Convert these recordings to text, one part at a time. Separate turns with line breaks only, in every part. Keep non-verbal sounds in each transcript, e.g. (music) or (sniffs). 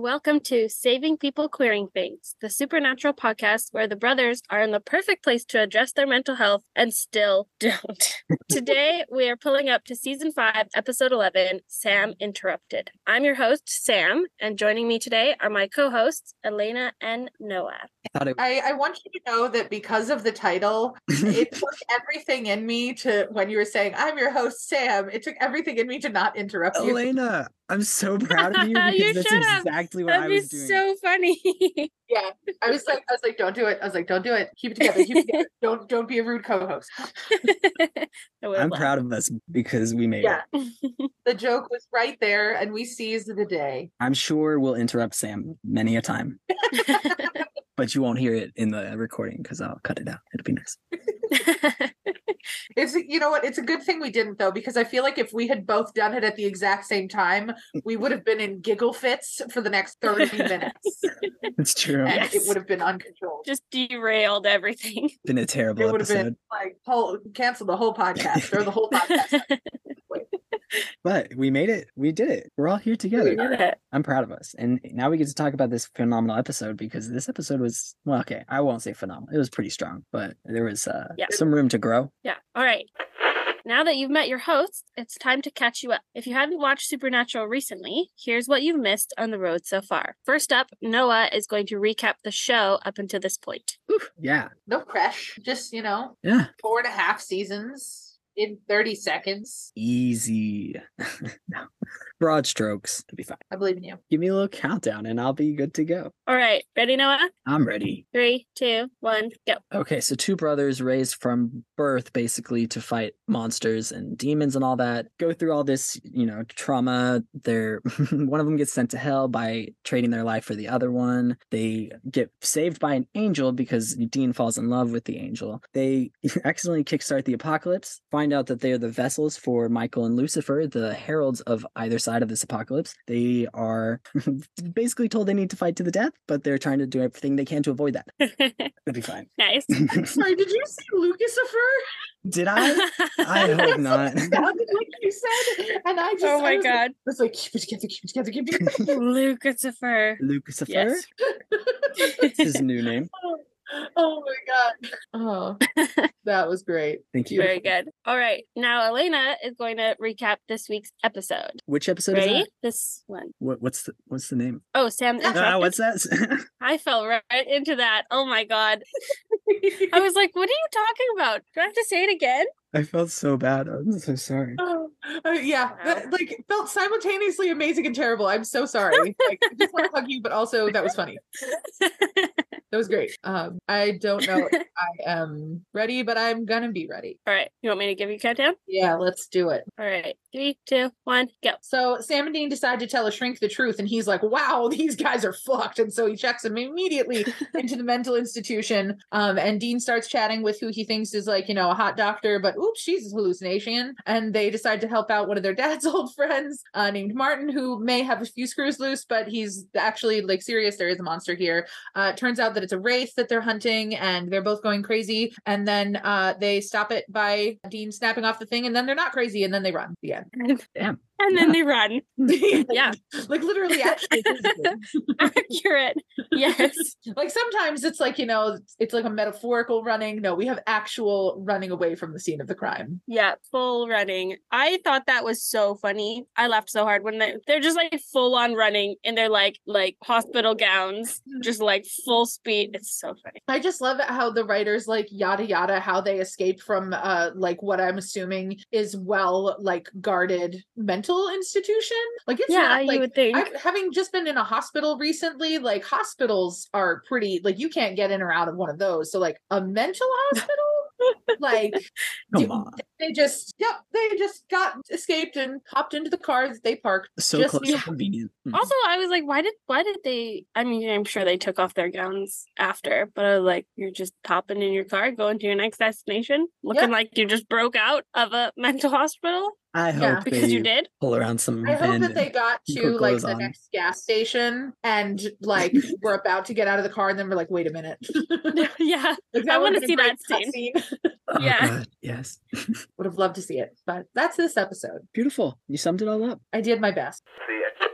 welcome to Saving People Queering Things, the supernatural podcast where the brothers are in the perfect place to address their mental health and still (laughs) don't. Today, we are pulling up to season five, episode 11 Sam Interrupted. I'm your host, Sam, and joining me today are my co hosts, Elena and Noah.
I thought it
I, I want you to know that because of the title,
(laughs)
it took everything in me to when you were saying, I'm your host, Sam, it took everything in me to not interrupt you.
Elena, I'm so proud of you because
You
that's
should have.
exactly what I
That'd be
was doing.
so funny. (laughs)
Yeah. I was like, I was like, don't do it. I was like, don't do it. Keep it together. Keep it together. don't don't be a rude co-host.
I would
I'm
laugh.
proud of us because we made
Yeah.
it.
The joke was right there and we seized the day.
I'm sure we'll interrupt Sam many a time, but you won't hear it in the recording because I'll cut it out. It'll be nice.
It's you know what? It's a good thing we didn't though, because I feel like if we had both done it at the exact same time, we would have been in giggle fits for the next 30 minutes.
It's true.
And
Yes.
it would have been uncontrolled.
(laughs) Just derailed everything.
been a terrible
it would have
episode,
been like whole cancel the whole podcast or the (laughs) whole podcast.
(laughs)
but we made it. We did it. We're all here together.
Look at that.
I'm proud of us. And now we get to talk about this phenomenal episode because this episode was, well, okay, I won't say phenomenal. It was pretty strong, but there was uh,
Yeah.
some room to grow.
Yeah. All right. Now that you've met your hosts, it's time to catch you up. If you haven't watched Supernatural recently, here's what you've missed on the road so far. First up, Noah is going to recap the show up until this point.
Yeah.
No crash. Just, you know,
Yeah.
four and a half seasons in 30 seconds.
Easy. (laughs) no. Broad strokes. It'll be fine.
I believe in you.
Give me a little countdown and I'll be good to go.
All right. Ready, Noah?
I'm ready.
Three, two, one, go. (laughs)
Okay, so two brothers raised from birth basically to fight monsters and demons and all that go through all this, you know, trauma. They're (laughs) one of them gets sent to hell by trading their life for the other one. They get saved by an angel because Dean falls in love with the angel. They (laughs) accidentally kickstart the apocalypse, find out that they are the vessels for Michael and Lucifer, the heralds of either side of this apocalypse. They are (laughs) basically told they need to fight to the death, but they're trying to do everything they can to avoid that. It'll be fine.
nice.
(laughs)
(laughs)
Sorry, did you say (laughs) Lucasifer?
Did I?
(laughs)
(laughs)
I hope not.
Sounded like you said. And I just
oh
I
my
was like-
god.
I was like, keep it together, keep it together, keep it together.
Lucifer.
Lucifer.
Yes.
(laughs)
That's
(laughs)
his new name.
oh my god. (laughs) Oh that was great.
Thank you.
Very good. All right. Now Elena is going to recap this week's episode.
Which episode is
Ready?
that?
This one.
What, what's the what's the name?
Oh, Sam.
Ah,
interrupted.
what's that? (laughs)
I fell right into that. Oh my god.
(laughs)
I was like, what are you talking about? Do I have to say it again?
I felt so bad. I'm so
(laughs)
sorry.
Oh, uh, yeah, that, like felt simultaneously amazing and terrible. I'm so sorry. Like, I just want to hug you, but also that was (laughs) funny. That was great. Um, I
(laughs)
don't know if I am ready, but I'm gonna be ready.
All right. You want me to give you a countdown?
Yeah, let's do it.
All right. Three, two, one, go.
So Sam and Dean decide to tell a shrink the truth, and he's like, "Wow, (laughs) these guys are fucked." And so he checks him immediately into the mental institution. Um, and Dean starts chatting with who he thinks is like, you know, a hot doctor, but oops, she's a hallucination. And they decide to help out one of their (laughs) dad's old friends uh, named Martin, who may have a few screws loose, but he's actually like serious. There is a monster here. Uh, it turns out that it's a wraith that they're hunting, and they're both going crazy. And then uh, they stop it by Dean snapping off the thing, and then they're not crazy, and then they run. The end. (laughs)
Damn.
(laughs) And then they run. Yeah. (laughs)
like literally, actually, physically.
Accurate. Yes.
like sometimes it's like you know it's- it's like a metaphorical running no we have actual running away from the scene of the crime
Yeah, full running. I thought that was so funny. I laughed so hard when they, they're just like full on running in their like like hospital gowns, just like full speed. It's so funny.
i just love how the writers like yada yada how they escaped from uh like what i'm assuming is well like guarded mental institution like it's not like
would think.
I've, having just been in a hospital recently, like hospitals are pretty like you can't get in or out of one of those. So like a mental
(laughs)
hospital, like
Come
Dude,
on.
they just yep, they just got escaped and hopped into the car that they parked.
So
just- Oh,
close
yeah.
and convenient. Mm.
also, I was like, why did why did they? I mean, I'm sure they took off their gowns after, but I was like, you're just popping in your car, going to your next destination, looking like you just broke out of a (laughs) mental hospital
I hope
yeah,
they
because you did. (laughs)
pull around some.
I hope
bend
that they
and-
got
put
to like
clothes
the
on.
next gas station and
(laughs)
like were about to get out of the car and then we're like, wait a minute. (laughs)
yeah, I wanna see that
Oh,
yeah.
God, Yes.
Would have loved to see it, but that's this episode.
Beautiful. You summed it all up.
I did my best.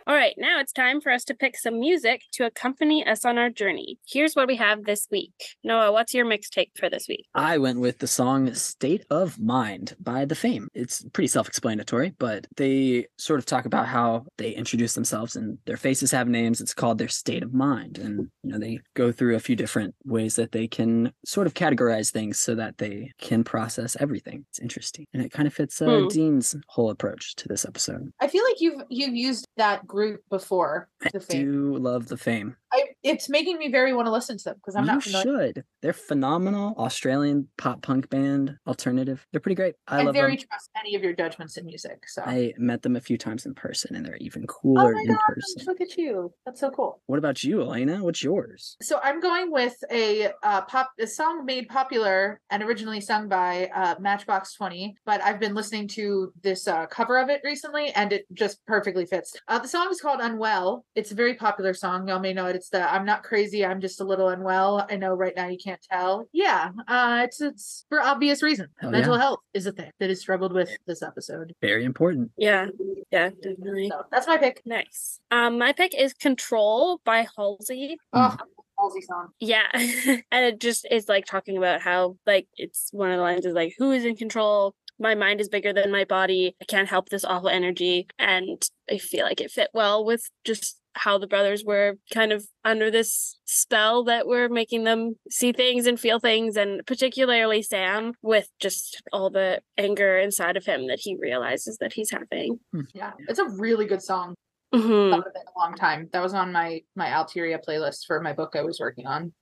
All right, now it's time for us to pick some music to accompany us on our journey. Here's what we have this week. Noah, what's your mixtape for this week?
I went with the song State of Mind by The Fame. It's pretty self explanatory, but they sort of talk about how they introduce themselves and their faces have names. It's called their state of mind. And, you know, they go through a few different ways that they can sort of categorize things so that they can process everything. It's interesting. And it kind of fits uh,
Hmm.
Dean's whole approach to this episode.
I feel like you've you've used that group before.
I
The fame.
do love The Fame.
I, it's making me very want to listen to them because I'm
you
not familiar.
should. They're phenomenal Australian pop punk band, alternative. They're pretty great. I
I,
love
very
them.
trust any of your judgments in music. So
I met them a few times in person, and they're
Oh
even cooler in
God,
person.
look at you. That's so cool.
What about you, Elena? What's yours?
So I'm going with a uh, pop a song made popular and originally sung by uh, Matchbox Twenty, but I've been listening to this uh, cover of it recently, and it just perfectly fits. Uh, the song is called "Unwell." It's a very popular song. Y'all may know it. It's the "I'm not crazy, I'm just a little unwell." I know right now you can't tell. Yeah, uh, it's it's for obvious reason.
Hell
Mental health is a thing that is struggled with this episode.
Very important.
Yeah, yeah, definitely.
So that's my pick.
Nice. Um, my pick is Control by Halsey.
Oh, Halsey song.
Yeah. (laughs) and it just is like talking about how like it's one of the lines is like who is in control? My mind is bigger than my body. I can't help this awful energy. And I feel like it fit well with just how the brothers were kind of under this spell that were making them see things and feel things and particularly Sam with just all the anger inside of him that he realizes that he's having.
Yeah, it's a really good song.
Mhm.
thought of it in a long time. That was on my my Alteria playlist for my book I was working on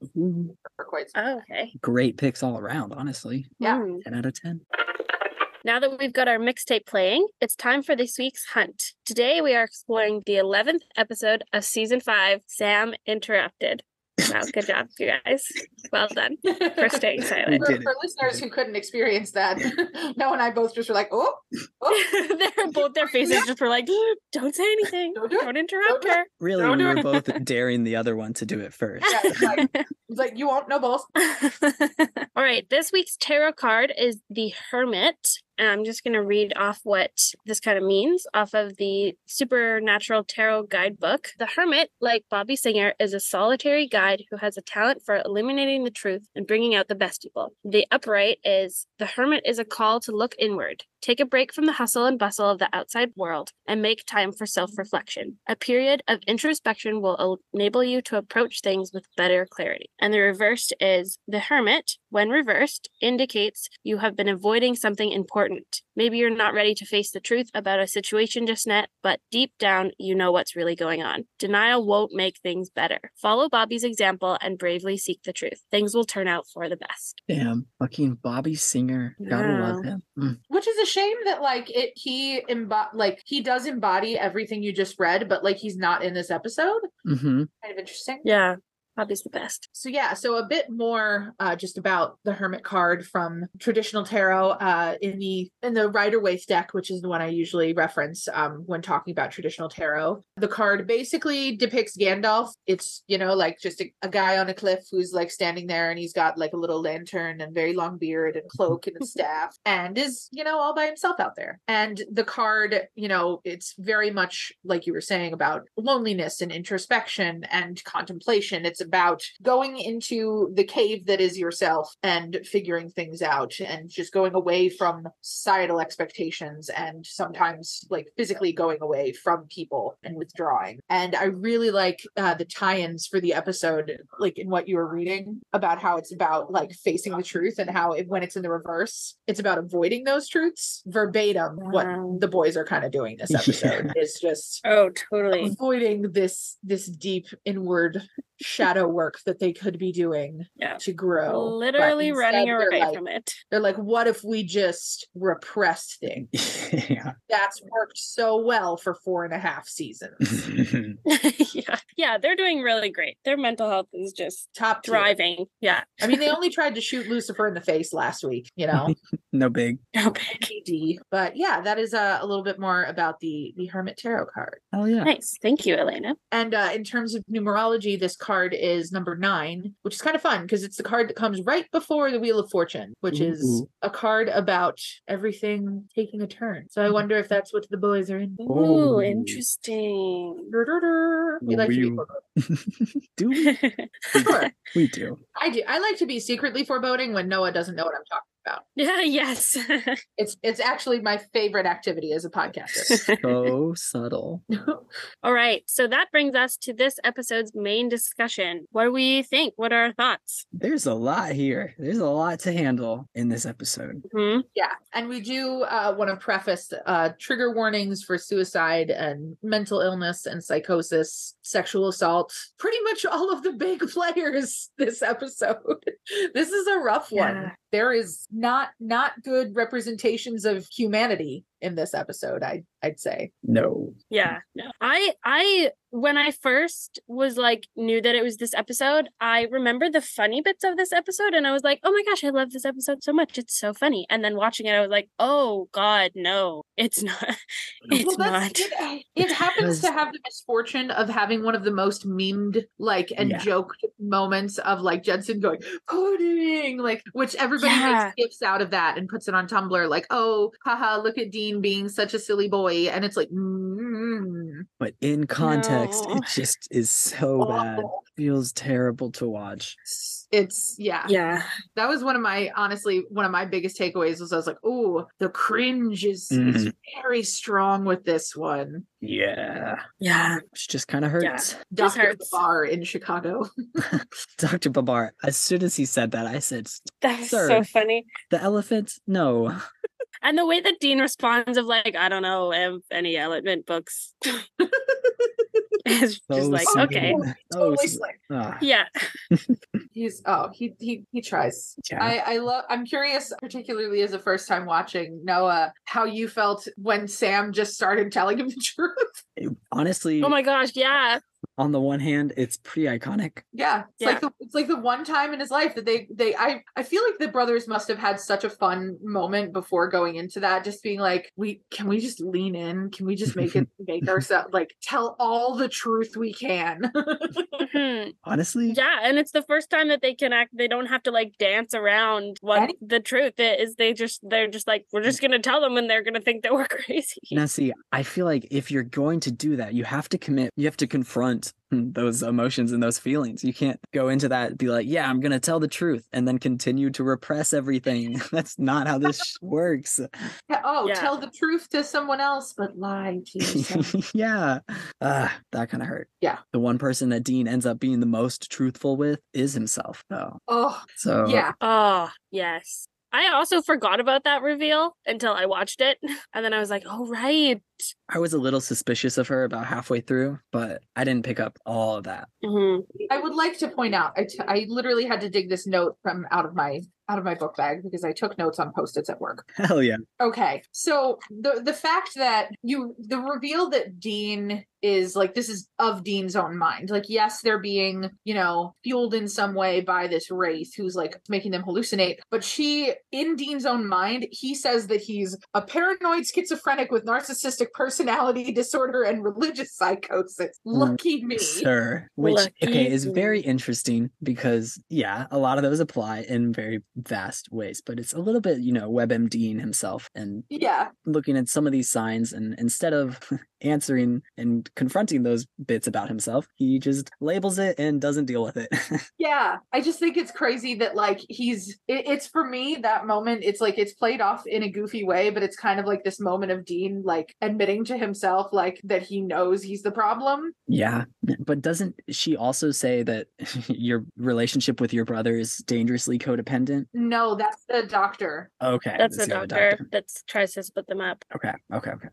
for quite. (laughs) Some-
Oh, okay.
Great picks all around, honestly.
Yeah.
Mm.
10 out of 10.
Now that we've got our mixtape playing, it's time for this week's hunt. Today we are exploring the 11th episode of season 5, Sam Interrupted. Wow, good job, you guys. Well done for staying silent.
(laughs) For,
did it.
for listeners who couldn't experience that, (laughs) Noah and I both just were like, "Oh, oh,
(laughs) They're both their
(laughs)
faces just were like, don't say anything.
don't do it!"
Don't interrupt
do it.
her.
Really,
No,
we
no.
were both
(laughs)
daring the other one to do it first.
Yeah, it's like, it's like you won't know both.
(laughs) All right, this week's tarot card is the Hermit. And I'm just going to read off what this kind of means off of the Supernatural Tarot Guidebook. The Hermit, like Bobby Singer, is a solitary guide who has a talent for illuminating the truth and bringing out the best people. The Upright is the Hermit is a call to look inward, take a break from the hustle and bustle of the outside world, and make time for self reflection. A period of introspection will el- enable you to approach things with better clarity. And the reversed is the hermit, when reversed, indicates you have been avoiding something important. Maybe you're not ready to face the truth about a situation just yet, but deep down, you know what's really going on. Denial won't make things better. Follow Bobby's example and bravely seek the truth. Things will turn out for the best.
(laughs) Damn, fucking Bobby Singer. Gotta love
Wow.
him. Mm.
Which is a shame that like it he embo- like he does embody everything you just read, but like he's not in this episode.
Mhm.
Kind of interesting.
Yeah, Bobby's the best.
So yeah, so a bit more uh, just about the Hermit card from traditional tarot uh, in the in the Rider Waite deck, which is the one I usually reference um, when talking about traditional tarot. The card basically depicts Gandalf. It's you know like just a, a guy on a cliff who's like standing there, and he's got like a little lantern and very long beard and cloak and a staff, and is you know all by himself out there. And the card, you know, it's very much like you were saying about loneliness and introspection and contemplation. It's about going into the cave that is yourself and figuring things out and just going away from societal expectations and sometimes like physically going away from people and withdrawing. And I really like uh, the tie ins for the episode, like in what you were reading about how it's about like facing the truth and how it, when it's in the reverse, it's about avoiding those truths verbatim.
Wow.
What the boys are kind of doing this
Yeah.
episode is just
Oh, totally.
avoiding this this deep inward shadow work that they could be doing
Yeah.
to grow. but
Literally running
instead
away
they're like,
from it.
They're like, what if we just repress things?
yeah.
That's worked so well for four and a half
(laughs)
seasons.
mm-hmm.
yeah, yeah, they're doing really great. Their mental health is just
Top tier.
thriving. Yeah, (laughs)
I mean, they only tried to shoot Lucifer in the face last week, you know?
(laughs) No big.
No big.
KD. But yeah, that is uh, a little bit more about the the Hermit Tarot card.
Hell yeah.
(laughs)
(laughs)
Nice. Thank you, Elena.
And uh, in terms of numerology, this card is number nine, which is kind of fun because it's the card that comes right before the Wheel of Fortune, which is
Ooh.
a card about everything taking a turn. So I wonder if that's what the boys are in.
Ooh,
Ooh.
interesting. (laughs)
We like to be
Wheel.
foreboding.
do we?
Sure.
We do.
I do. I like to be secretly foreboding when Noah doesn't know what I'm talking about.
yeah, yes. (laughs)
It's it's actually my favorite activity as a podcaster.
(laughs) So subtle.
All right. So that brings us to this episode's main discussion. What do we think? What are our thoughts?
There's a lot here. There's a lot to handle in this episode.
Hmm?
Yeah, and we do uh, want to preface uh, trigger warnings for suicide and mental illness and psychosis, sexual assault, pretty much all of the big (laughs) players this episode. (laughs) this is a rough
Yeah.
one. There is not not good representations of humanity in this episode. I I'd say
No.
Yeah. No. I I when I first was like knew that it was this episode, I remember the funny bits of this episode and I was like, "Oh my gosh, I love this episode so much. It's so funny." And then watching it, I was like, "Oh god, no. It's not. (laughs) It's (laughs) not."
It, it happens to have the misfortune of having one of the most memed, like, and
Yeah.
joked moments of like Jensen going pudding, like, which everybody
Yeah.
makes gifs out of that and puts it on Tumblr, like, oh, haha, look at Dean being such a silly boy, and it's like, mm,
But in context,
No. Oh.
it just is so bad.
awful.
Feels terrible to watch.
It's yeah.
Yeah.
That was one of my honestly one of my biggest takeaways was I was like, oh, the cringe is, is
Mm-hmm.
very strong with this one.
Yeah.
Yeah.
Which just kind of
Yeah.
hurts.
This
Doctor
hurts.
Bar in Chicago.
(laughs) Dr. Babar, as soon as he said that, I said,
That was so
Sir.
funny.
The elephant? No. Oh,
And the way that Dean responds of like, I don't know, have any element (laughs) books. it's just
So
like,
sweet.
okay.
So
totally
sweet.
slick.
Ah,
Yeah.
He's oh he he he tries.
yeah.
I I love. I'm curious, particularly as a first time watching Noah, how you felt when Sam just started telling him the (laughs) truth.
Honestly,
Oh my gosh, yeah.
on the one hand, it's pretty iconic.
Yeah, it's
Yeah.
like the, it's like the one time in his life that they they I I feel like the brothers must have had such a fun moment before going into that, just being like, we can we just lean in, can we just make it make ourselves like tell all the truth we can. (laughs)
Mhm.
Honestly,
yeah. And it's the first time that they can act they don't have to like dance around what
Any-
the truth is. They just they're just like, we're just gonna tell them and they're gonna think that we're (laughs) crazy.
Now, see, I feel like if you're going to do that, you have to commit, you have to confront (laughs) those emotions and those feelings. You can't go into that and be like, yeah, I'm going to tell the truth and then continue to repress everything. (laughs) That's not how this sh-
(laughs)
works.
oh,
Yeah.
tell the truth to someone else, but lie
(laughs)
to yourself.
yeah. Uh, that kind of hurt.
Yeah.
The one person that Dean ends up being the most truthful with is himself, though.
oh,
So,
yeah.
Oh, yes. I also forgot about that reveal until I watched it. (laughs) And then I was like, oh right.
I was a little suspicious of her about halfway through, but I didn't pick up all of that. (laughs)
Mhm.
I would like to point out, I, t- I literally had to dig this note from out of my out of my book bag because I took notes on post-its at work.
Hell yeah.
Okay, so the the fact that you the reveal that Dean is like this is of Dean's own mind. Like yes, they're being you know fueled in some way by this wraith who's like making them hallucinate. But she in Dean's own mind, he says that he's a paranoid schizophrenic with narcissistic personality (laughs) disorder and religious psychosis. Lucky me.
Sir, which okay
Lucky
is
me.
very interesting because yeah, a lot of those apply in very vast ways, but it's a little bit you know WebMDing himself and
Yeah.
looking at some of these signs and instead of (laughs) answering and confronting those bits about himself, he just labels it and doesn't deal with it. (laughs)
Yeah, I just think it's crazy that like he's it, it's for me that moment it's like it's played off in a goofy way but it's kind of like this moment of Dean like admitting to himself like that he knows he's the problem.
yeah, but doesn't she also say that (laughs) your relationship with your brother is dangerously codependent?
No, that's the doctor.
Okay,
That's the
the other
doctor that tries to split them up,
Okay, okay, okay.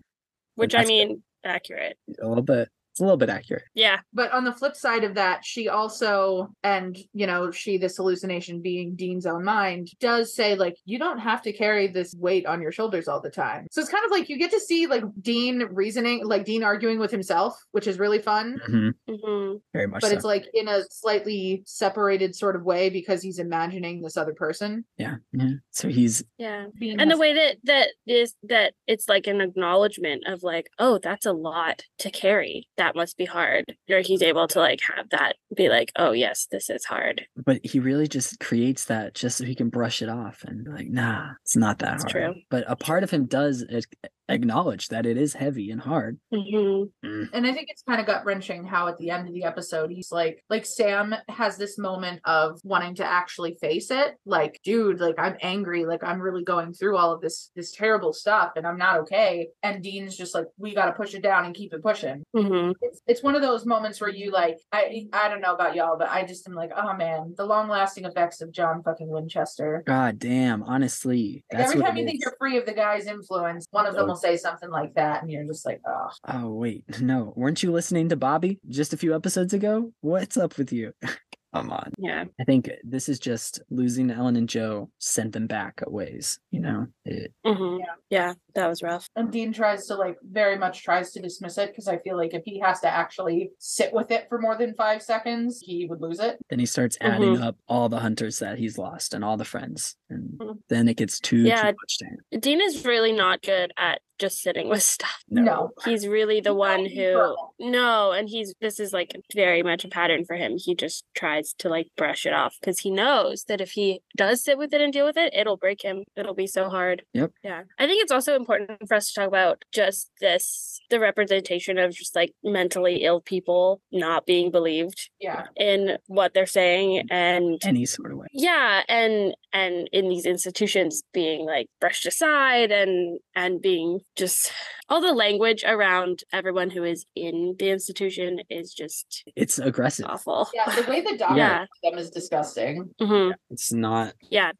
which I
That's-
mean, accurate.
A little bit. It's a little bit accurate.
Yeah.
But on the flip side of that, she also, and you know, she, this hallucination being Dean's own mind, does say, like, you don't have to carry this weight on your shoulders all the time. So it's kind of like you get to see, like, Dean reasoning, like, Dean arguing with himself, which is really fun.
Mhm,
Mhm.
Very much
But
so.
it's like in a slightly separated sort of way because he's imagining this other person.
yeah, yeah. So he's
Yeah.
Being
And the
his-
way that that is that it's like an acknowledgement of like, oh, that's a lot to carry. That must be hard. Or he's able to like have that be like, oh yes, this is hard.
but he really just creates that just so he can brush it off and be like nah it's not that
That's
hard
true.
but a part of him does ac- acknowledge that it is heavy and hard
hmm
And I think it's kind of gut wrenching how at the end of the episode he's like, like Sam has this moment of wanting to actually face it. Like, dude, like I'm angry, like I'm really going through all of this this terrible stuff and I'm not okay. And Dean's just like, we gotta push it down and keep it pushing.
hmm
It's it's one of those moments where you like, I I don't know about y'all, but I just am like, oh man, the long lasting effects of John fucking Winchester.
god damn honestly
Like,
that's
every
what
time
it
you think
is.
you're free of the guy's influence, one of them
Oh.
will say something like that, and you're just like, oh,
oh wait no weren't you listening to bobby just a few episodes ago what's up with you (laughs) come on
Yeah.
i think this is just losing ellen and joe sent them back a ways you know it,
hmm
Yeah.
Yeah. That was rough.
And Dean tries to like very much tries to dismiss it because I feel like if he has to actually sit with it for more than five seconds, he would lose it.
then he starts adding
Mm-hmm.
Mhm.
up all the hunters that he's lost and all the friends and
Mm.
Mhm.
then it gets too,
Yeah.
too much to him
Dean is really not good at just sitting with stuff.
No.
He's really the
He's
one
not
who no, and he's this is like very much a pattern for him. He just tries to like brush it off because he knows that if he does sit with it and deal with it, it'll break him. It'll be so hard.
Yep.
Yeah. I think it's also important for us to talk about just this the representation of just like mentally ill people not being believed
Yeah.
in what they're saying and
any sort of way
yeah and and in these institutions being like brushed aside and and being just all the language around everyone who is in the institution is just
it's aggressive
awful
Yeah. The way the doctor
Yeah.
treats them is disgusting.
Mhm.
it's not
yeah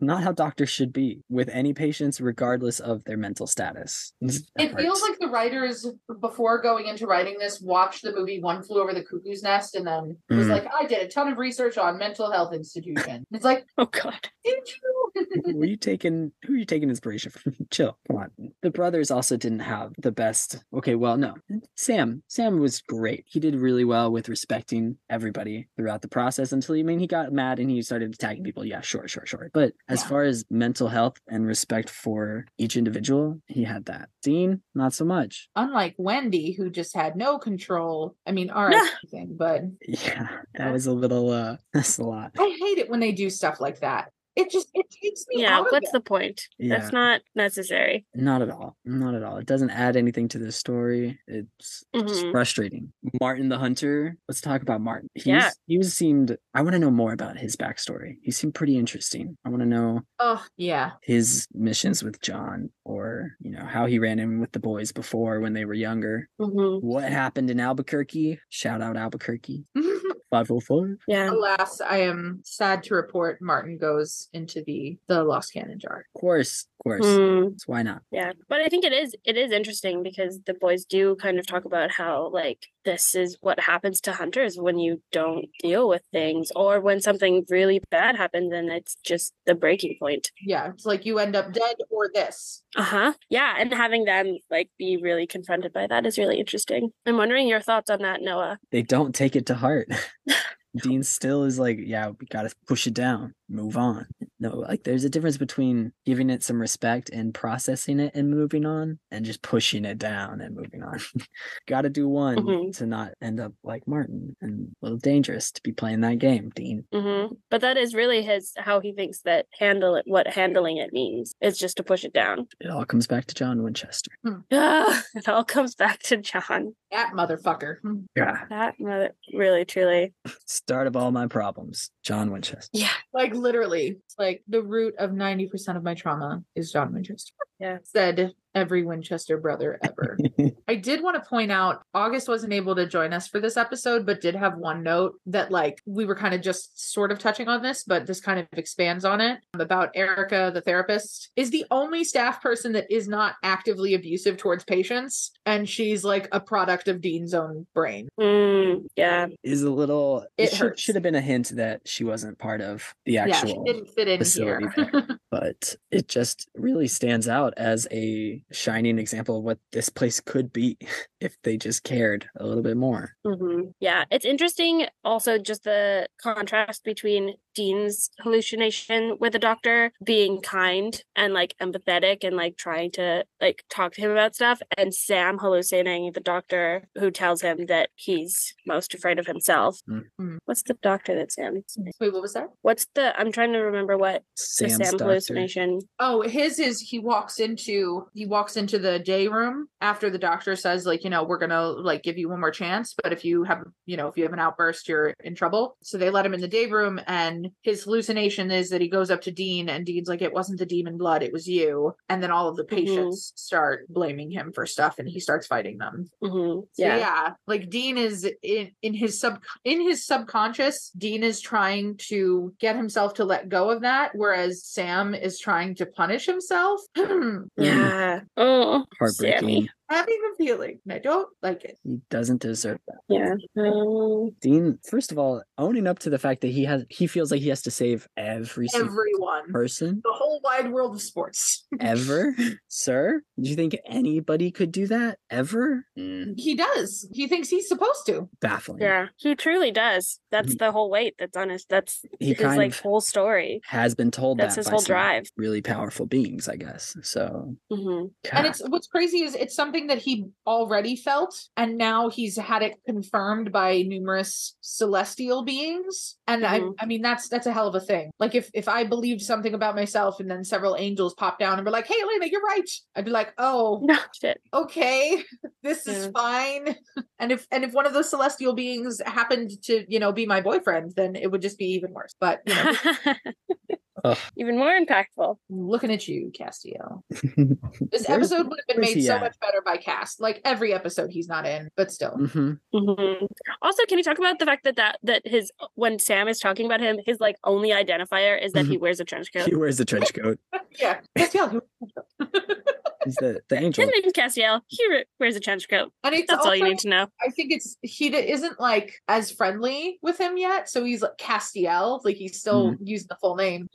not how doctors should be with any patients regardless of their mental status It's- that
It feels
hurts.
like the writers before going into writing this watched the movie One Flew Over the Cuckoo's Nest and then was
Mm.
like, I did a ton of research on mental health institution. it's like,
oh god
did you? (laughs)
were you taking who are you taking inspiration from (laughs) chill come on the brothers also didn't have the best okay well no sam sam was great he did really well with respecting everybody throughout the process until i mean he got mad and he started attacking people yeah sure sure sure but as
Yeah.
far as mental health and respect for each individual he had that dean not so much
Unlike Wendy, who just had no control. I mean, or anything, but
yeah
Yeah.
that was a little uh (laughs) that's a lot
I hate it when they do stuff like that. It just it takes me
yeah
out of
what's
it.
the point
Yeah.
that's not necessary
Not at all. Not at all. It doesn't add anything to the story. It's just
Mhm.
frustrating. Martin the Hunter. Let's talk about Martin. He's,
Yeah.
He was seemed. I want to know more about his backstory. He seemed pretty interesting. I want to know
Oh yeah. (laughs)
his missions with John, or you know how he ran in with the boys before when they were younger.
Mhm.
What happened in Albuquerque? Shout out Albuquerque. Five hundred four.
yeah
Alas, I am sad to report Martin goes into the the lost cannon jar.
Of course. Of course.
Mm.
So why not?
Yeah, but I think it is it is interesting because the boys do kind of talk about how like this is what happens to hunters when you don't deal with things or when something really bad happens and it's just the breaking point.
Yeah, it's like you end up dead or this.
Uh-huh. Yeah, and having them like be really confronted by that is really interesting. I'm wondering your thoughts on that, Noah.
They don't take it to
(laughs)
heart. Dean still is like, yeah, we gotta push it down, move on. No, like there's a difference between giving it some respect and processing it and moving on, and just pushing it down and moving on. (laughs) gotta do one
Mm-hmm.
Mhm.
to not end up like Martin and a little dangerous to be playing that game, Dean.
Mhm. But that is really his how he thinks that handle it what handling it means is just to push it down. (laughs)
It all comes back to John Winchester.
it all comes back to John.
That motherfucker. (laughs) Hmm.
Yeah.
That mother really truly.
Start of all my problems, John Winchester. (laughs)
Yeah.
Like literally, it's like the root of 90% of my trauma is John Winchester.
Yeah.
Said every Winchester brother ever. I did want to point out August wasn't able to join us for this episode, but did have one note that, like, we were kind of just sort of touching on this, but this kind of expands on it about Erica, the therapist, is the only staff person that is not actively abusive towards patients. And she's like a product of Dean's own brain.
Mm, yeah.
is a little it,
It
should,
hurts.
should have been a hint that she wasn't part of the
yeah, she
actual
didn't fit in
facility
here.
there, but it just really stands out as a shining example of what this place could be (laughs) if they just cared a little bit more.
Mhm. Yeah, it's interesting. Also, just the contrast between Dean's hallucination with the doctor being kind and like empathetic and like trying to like talk to him about stuff, and Sam hallucinating the doctor who tells him that he's most afraid of himself.
Mm.
Mm.
What's the doctor that Sam?
(laughs) Wait, what was that?
What's the? I'm trying to remember what the
Sam's
Sam
doctor.
hallucination.
Oh, his is he walks into he walks into the day room after the doctor says like you know we're gonna like give you one more chance, but if you have you know if you have an outburst you're in trouble. So they let him in the day room, and his hallucination is that he goes up to Dean, and Dean's like it wasn't the demon blood, it was you, and then all of the patients start blaming him for stuff, and he starts fighting them.
Mhm.
So
Yeah.
Mm.
yeah. like Dean is in in his sub in his subconscious, Dean is trying to get himself to let go of that, whereas Sam is trying to punish himself. (clears throat) I have
Yeah. Oh,
Heartbreaking.
Sammy.
even feeling. and I don't like it.
He doesn't deserve that.
Yeah. Um,
Dean, first of all, owning up to the fact that he has he feels like he has to save every single
Everyone,
(laughs)
person
the whole wide world of sports. (laughs)
ever, sir. Do you think anybody could do that ever? Mm,
He does. He thinks he's supposed to.
baffling.
yeah. He truly does. That's the whole weight that's on his. That's
He
his
kind
like
of
whole story.
has been told
That's
that
his
by
whole
some
drive.
really powerful beings, I guess. So
hmm
Mm-hmm. (laughs)
And it's what's crazy is it's something that he already felt, and now he's had it confirmed by numerous celestial beings. And
Mhm.
I, I mean, that's that's a hell of a thing. Like if if I believed something about myself, and then several angels popped down and were like, "Hey, Elena, you're right," I'd be like, "Oh,
(laughs) No (laughs)
(laughs)
shit.
okay, (laughs) this is
Yeah.
fine." (laughs) And if and if one of those celestial beings happened to you know be my boyfriend, then it would just be even worse. But
(laughs)
you know,
Ugh.
Even more impactful.
looking at you, Castiel.
it's
This
Where's-
episode would have been
where's
made
he
so
at?
much better by cast. Like every episode he's not in, but still.
hmm
Mhm. Also, can you talk about the fact that that that his when Sam is talking about him, his like only identifier is that he wears a trench coat.
Mm-hmm. He wears the trench coat.
Yeah. Castiel, who-
He's the, the
His
angel.
name's Castiel. He re- wears a trench coat.
(laughs) and it's
That's all you
also-
need to know.
I think it's he d- isn't like as friendly with him yet, so he's like Castiel, like he's still
Mm.
using the full name.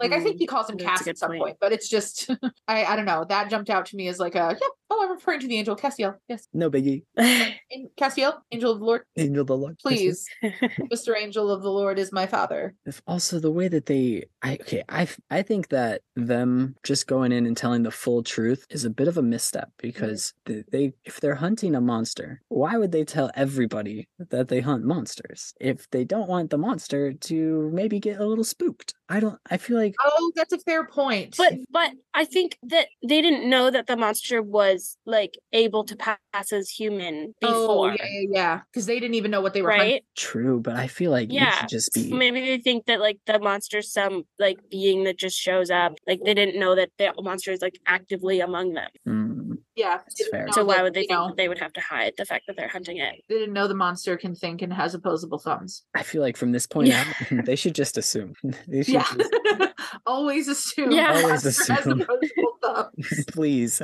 Like I think he calls him
Mm, That's a
Cass
good
at some
point.
point, but it's just (laughs) I I don't know that jumped out to me as like a yep. Oh, I'm referring to the angel Castiel. Yes,
No biggie.
Mhm.
In- Castiel, angel of the Lord.
Angel of the Lord.
Please,
(laughs)
(laughs)
Mister Angel of the Lord is my father.
If also the way that they, I okay, I f- I think that them just going in and telling the full truth is a bit of a misstep because th- they, if they're hunting a monster, why would they tell everybody that they hunt monsters if they don't want the monster to maybe get a little spooked? I don't. I feel like
Oh, that's a fair point.
but but I think that they didn't know that the monster was like able to pass as human
oh
before.
yeah, yeah, yeah, because they didn't even know what they were. hunting.
Right?
true, but I feel like you
Yeah,
should just be
maybe they think that like the monster's some like being that just shows up like they didn't know that the monster is like actively among them
Mm,
Yeah,
That's
they didn't
fair.
know
so why
that,
would they
Oh, you
think
know,
that they would have to hide the fact that they're hunting it
they didn't know the monster can think and has opposable thumbs.
I feel like from this point
Yeah.
out, (laughs) they should just assume. They should
Yeah.
just-
(laughs) Always assume.
Yeah.
the
Always
monster (laughs) has
assume.
opposable
(laughs)
thumbs.
please.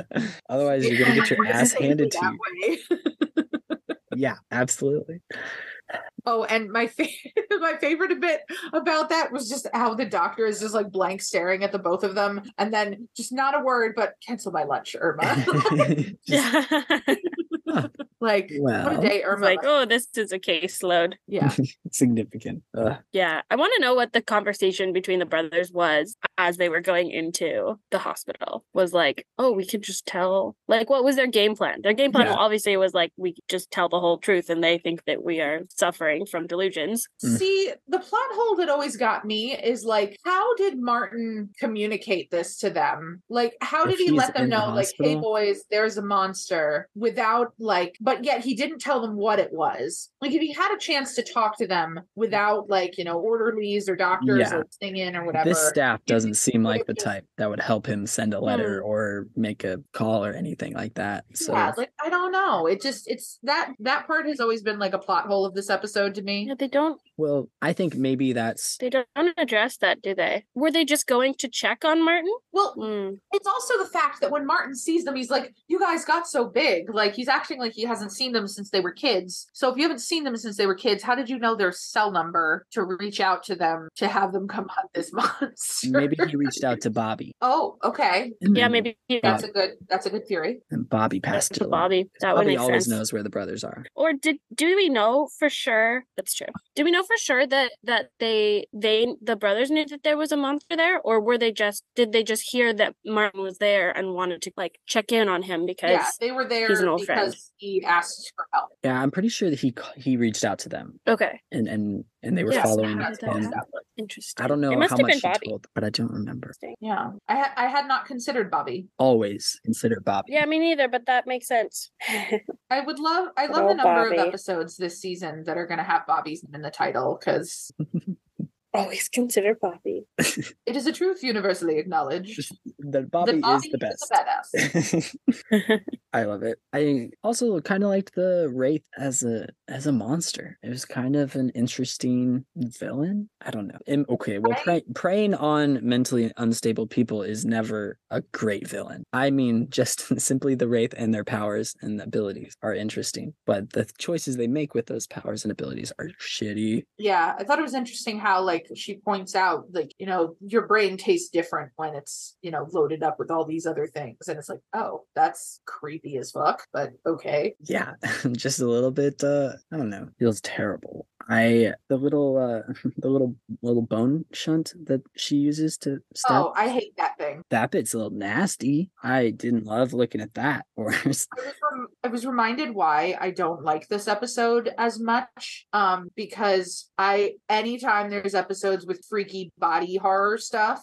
Otherwise, you're gonna
(laughs)
get your ass handed to
That
you.
way. (laughs)
Yeah,
(laughs)
absolutely.
Oh, and my fa- (laughs) my favorite bit about that was just how the doctor is just like blank staring at the both of them, and then just not a word, but cancel my lunch, Irma.
(laughs)
(laughs)
Just-
(laughs)
like what
Well.
a day, Irma.
like oh this is a caseload
yeah,
significant. Ugh.
yeah i want to know what the conversation between the brothers was as they were going into the hospital was like oh we could just tell like what was their game plan their game plan
Yeah.
obviously was like we could just tell the whole truth and they think that we are suffering from delusions
Mm.
See, the plot hole that always got me is like, how did Martin communicate this to them? Like, how
If
did he
he's
let them
in the
know, like, hey,
hospital?
boys, there's a monster without like but yet he didn't tell them what it was. Like if he had a chance to talk to them without like, you know, orderlies or doctors
Yeah.
listening in or whatever.
This staff
you
doesn't
think
seem like the
it's-
type that would help him send a letter or make a call or anything like that. So
yeah, like I don't know. It just it's that that part has always been like a plot hole of this episode to me.
Yeah, they don't
well, I think maybe that's
they don't address that, do they? Were they just going to check on Martin?
Well,
Hmm.
it's also the fact that when Martin sees them, he's like, "You guys got so big." Like he's acting like he hasn't seen them since they were kids. So if you haven't seen them since they were kids, how did you know their cell number to reach out to them to have them come hunt this (laughs) monster?
maybe he reached out to Bobby.
Oh, okay.
and
(laughs) Yeah,
then-
maybe he
Yeah.
That's a good. That's a good theory.
and Bobby passed it
to
along.
Bobby. That would
Bobby
make
always
sense.
knows where the brothers are.
Or did do we know for sure? That's true. Do we know for sure that that they they the brothers knew that there was a monster there, or were they just did they just hear that Martin was there and wanted to like check in on him because
Yeah, they were there
he's an old
because
friend.
he asked for help.
Yeah, I'm pretty sure that he ca- he reached out to them
okay,
and and and they were
Yes,
following
that's
him.
right. interesting.
I don't know
It must
how
have
much
been
he
Bobby.
told, but I don't remember.
Interesting.
Yeah, I ha- I had not considered Bobby.
Always consider Bobby.
Yeah, me neither, but that makes sense. (laughs)
I would love I
Good
love the
old
number of
Bobby.
episodes this season that are going to have Bobby's name in the title because
Always consider Bobby. (laughs)
it is a truth universally acknowledged
that Bobby,
that Bobby
is the
a
best.
badass.
(laughs) I love it. I also kind of liked the Wraith as a as a monster. It was kind of an interesting villain. I don't know. Em- okay, well,
I-
prey- preying on mentally unstable people is never a great villain. I mean, (laughs) just simply the Wraith and their powers and abilities are interesting, but the choices they make with those powers and abilities are shitty.
Yeah, I thought it was interesting how like she points out like you know your brain tastes different when it's you know loaded up with all these other things and it's like oh that's creepy as fuck but okay
yeah (laughs) just a little bit uh i don't know feels terrible i the little uh (laughs) the little little bone shunt that she uses to stab
oh I hate that thing.
that bit's a little nasty i didn't love looking at that (laughs) or s-
I was, rem- I was reminded why I don't like this episode as much. Um, because I anytime there's episodes with freaky body horror stuff,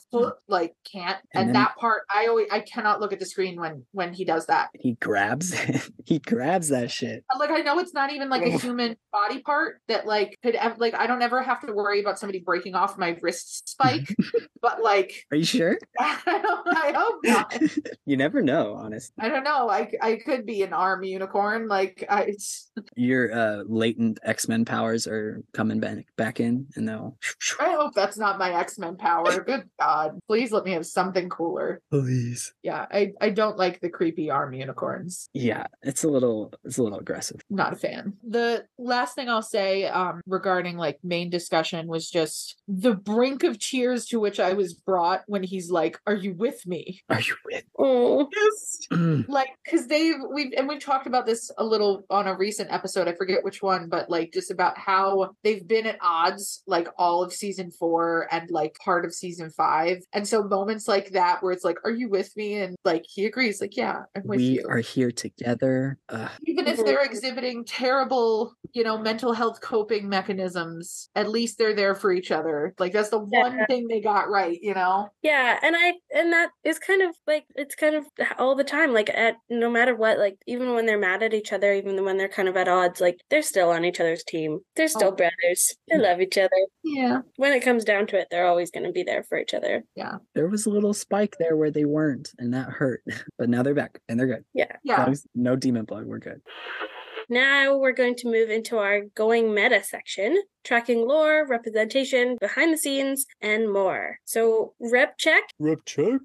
like can't
Hmm. And
and,
then-
that part I always I cannot look at the screen when when he does that.
he grabs it he grabs that shit
Like I know it's not even like a
Ugh.
human body part that like could ev- like I don't ever have to worry about somebody breaking off my wrist spike, but like (laughs)
are you sure
I don't I hope not.
you never know honestly
I don't know. I I could be an arm unicorn. Like I it's
your uh latent x-men powers are coming back back in and they'll (sniffs)
I hope that's not my X Men power. Good God. Please let me have something cooler.
please
Yeah, I, I don't like the creepy arm unicorns.
yeah it's a little it's a little aggressive
Not a fan. The last thing I'll say um, regarding like main discussion was just the brink of tears to which I was brought when he's like, Are you with me?
are you (clears throat) with
Oh,
Yes.
Mm,
like because they've we've and we've talked about this a little on a recent episode i forget which one but like just about how they've been at odds like all of season four and like part of season five and so moments like that where it's like are you with me and like he agrees like yeah i'm with
we
you
are here together Ugh.
even if
Mhm.
they're exhibiting terrible you know mental health coping mechanisms at least they're there for each other like that's the one
Yeah.
thing they got right you know
yeah, and I and that is kind of like it's kind of all the time. Like at no matter what, like even when they're mad at each other, even when they're kind of at odds, like they're still on each other's team. They're still
Oh.
brothers. They love each other.
yeah
When it comes down to it, they're always going to be there for each other.
there was a little spike there where they weren't, and that hurt. (laughs) But now they're back and they're good. As
yeah
long as- no demon blood. We're good.
Now we're going to move into our going meta section, tracking lore, representation, behind the scenes, and more. So, rep check.
(laughs) Rip check.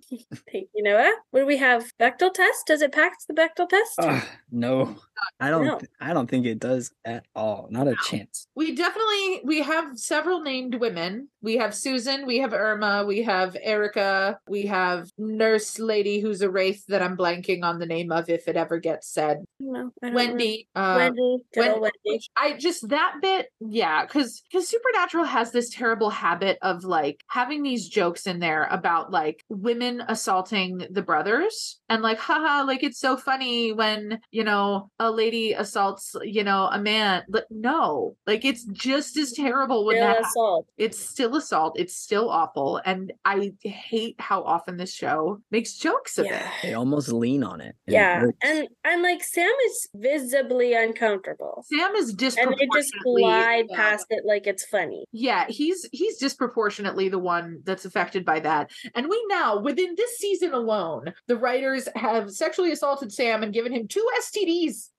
Thank you, Noah. What do we have? Bechtel test? Does it pass the Bechtel test?
no, I don't.
No.
th- I don't think it does at all. Not a chance.
we definitely we have several named women we have susan we have irma we have erica we have nurse lady who's a wraith that i'm blanking on the name of if it ever gets said
No, I don't know.
wendy uh
Wendy. Good
Wen-
old Wendy.
which I just that bit, yeah, because because because Supernatural has this terrible habit of like having these jokes in there about like women assaulting the brothers and like haha like it's so funny when you know a lady assaults you know a man like no like it's just as terrible when that
assault.
it's still assault it's still awful and I hate how often this show makes jokes of it
Yeah.
They almost lean on it. and it
Yeah.
works.
And and like Sam is visibly uncomfortable.
Sam is
And
disproportionately
they just glide
uh,
past it like it's funny.
Yeah, he's he's disproportionately the one that's affected by that. And we now, within this season alone, the writers have sexually assaulted Sam and given him two STDs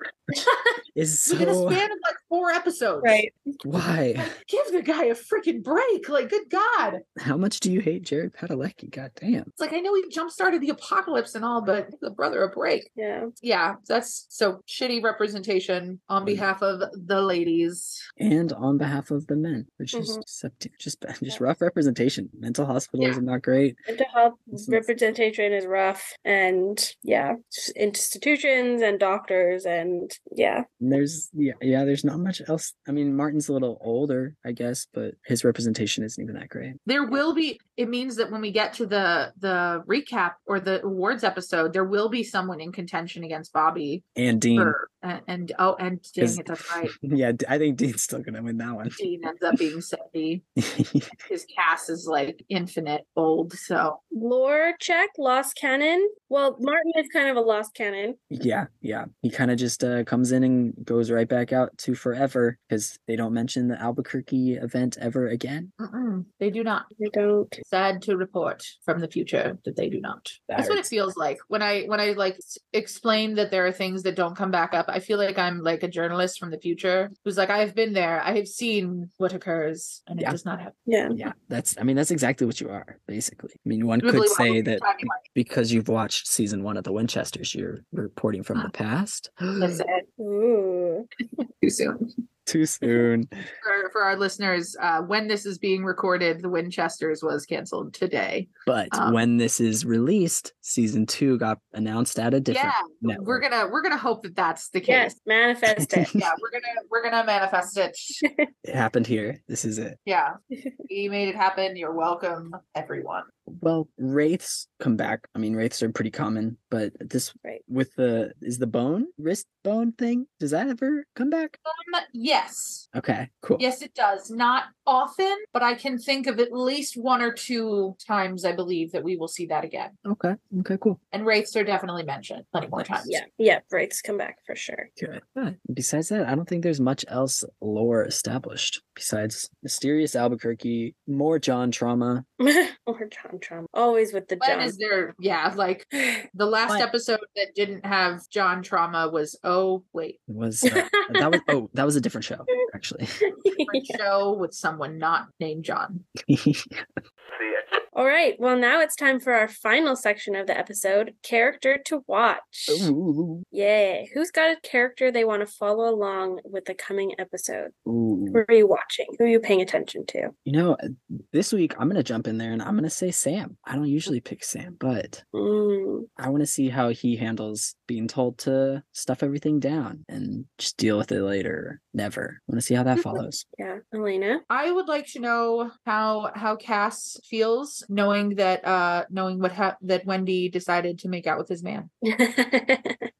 It's
within a
so
span of like four episodes.
(laughs) why?
Like, give the guy a freaking break. Like, good God.
How much do you hate Jared Padalecki? God damn.
It's like I know he jump started the apocalypse and all, but give the brother a break.
Yeah.
Yeah, that's so shitty representation on behalf of the ladies.
And on behalf of the men, which is
Mhm.
septi- just (laughs) ba- just
Yeah.
rough representation. Mental hospitals are not great.
Mental health
It's-
representation is rough and yeah, just institutions and doctors and yeah.
And there's yeah, yeah, there's not much else. I mean, Martin's a little older, I guess, but his representation isn't even that great.
There will be it means that when we get to the the recap or the awards episode, there will be someone in contention against Bobby
And Dean.
for and, and oh and dang
is-
it, that's right.
(laughs) yeah, D- I think Dean's still gonna win that one.
Dean ends up being 70. His cast is like infinite old. So
Lore check, lost cannon. Well, Martin is kind of a lost cannon.
(laughs) yeah, yeah. He kind of just uh, comes in and goes right back out to forever because they don't mention the Albuquerque event ever again.
mm-mm, they do not.
I don't
Sad to report from the future that they do not. That's what it feels like when I when I like s- explain that there are things that don't come back up. I feel like I'm like a journalist from the future who's like, I've been there. I have seen what occurs, and
Yeah.
it does not happen.
yeah.
(laughs)
Yeah, that's. I mean, that's exactly what you are, basically. I mean, one
I believe
could
I
say
would be
that
talking like
because you've watched season one of the Winchesters, you're reporting from
(laughs)
the past.
this. That's it.
Ooh.
Too soon.
Too soon.
For, for our listeners, uh, when this is being recorded, the Winchesters was canceled today.
But
Um,
when this is released, season two got announced at a different.
yeah,
network.
we're gonna we're gonna hope that that's the case.
Yes, manifest
(laughs)
it.
yeah, we're gonna we're gonna manifest
(laughs)
it.
It happened here. This is it.
Yeah, we made it happen. You're welcome, everyone.
Well, wraiths come back. I mean, wraiths are pretty common, but this
Right.
with the is the bone wrist bone thing. Does that ever come back?
Um, yes,
Okay, cool.
yes, it does. Not often, but I can think of at least one or two times I believe that we will see that again.
Okay. Okay. Cool.
And wraiths are definitely mentioned plenty more times.
Yeah, yeah, breaks come back for sure. (laughs)
Good. Huh. Besides that, I don't think there's much else lore established besides mysterious Albuquerque, more John trauma.
or John Trump. Always with the
When
John.
is there? Yeah,
(sighs)
like the last
What?
episode that didn't have John trauma was oh wait,
(laughs)
Was uh, that was oh that was a different show actually.
different show with someone not named John.
All right. Well, now it's time for our final section of the episode character to watch.
Ooh,
Yay. Who's got a character they want to follow along with the coming episode?
ooh.
Who are you watching? Who are you paying attention to?
You know, uh, this week I'm gonna jump in there and I'm gonna say Sam. I don't usually pick Sam, but
Mm,
I want to see how he handles being told to stuff everything down and just deal with it later. Never. I want to see how that (laughs)
Mhm.
follows.
yeah. Elena. (laughs)
I would like to know how how Cass feels knowing that uh knowing what hap that Wendy decided to make out with his man.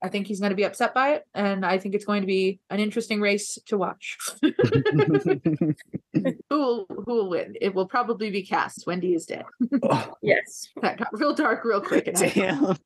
I think he's going to be upset by it and I think it's going to be an interesting race to
(laughs)
watch. (laughs) who will who will win? It will probably be Cass. Wendy is dead.
oh,
yes. (laughs)
That got real dark real quick. And
(laughs)
I-
damn.
um,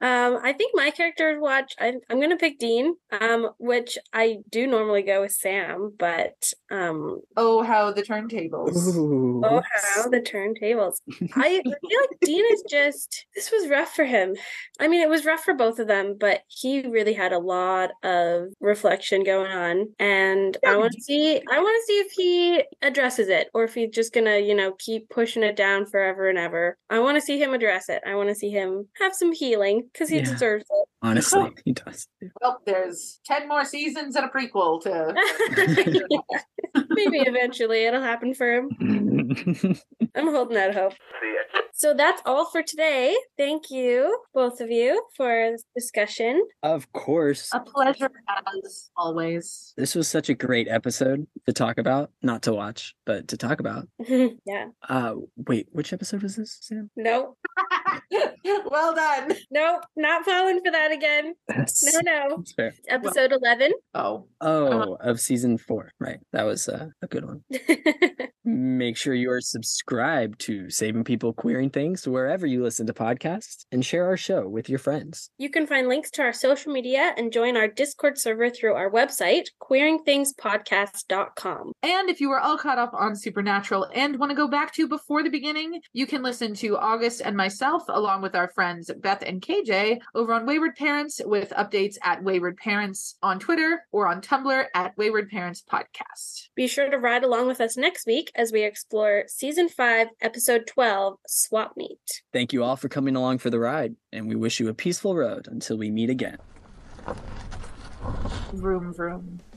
I think my character to watch. I, I'm going to pick Dean, um, which I do normally go with Sam, but um,
oh how the turntables.
Ooh.
oh how the turntables! I feel like Dean is just this was rough for him. I mean, it was rough for both of them, but he really had a lot of reflection going on, and I
Yeah,
want to see. I want to see if he addresses it, or if he's just gonna, you know, keep pushing it down forever and ever. I want to see him address it. I want to see him have some healing because he
Yeah.
deserves it. (laughs)
(laughs) Honestly, he does.
Well, there's 10 more seasons and a prequel (laughs) to
Maybe eventually it'll happen for him. I'm holding that hope. So that's all for today. Thank you, both of you, for this discussion. (laughs)
Of course.
Uh,
A pleasure as always.
This was such a great episode to talk about, not to watch, but to talk about.
yeah.
Uh wait, which episode was this, Sam?
No,
(laughs) well done.
no, not falling for that again. No, no.
That's fair.
Episode 11.
Oh,
Oh, of season 4, right. That was uh, a good one. Make sure you are subscribed to Saving People Queering Things wherever you listen to podcasts and share our show with your friends.
(laughs) you can find links to our social media and join our Discord server through our website, queeringthingspodcast.com.
And if you are all caught up on Supernatural and want to go back to before the beginning, you can listen to August and myself, along with our friends Beth and KJ, over on Wayward Parents with updates at Wayward Parents on Twitter or on Tumblr at Wayward Parents Podcast.
Be sure to ride along with us next week as we explore season 5, episode 12, Swap Meet.
Thank you all for coming along for the ride, and we wish you a peaceful road until we meet again.
Vroom, vroom.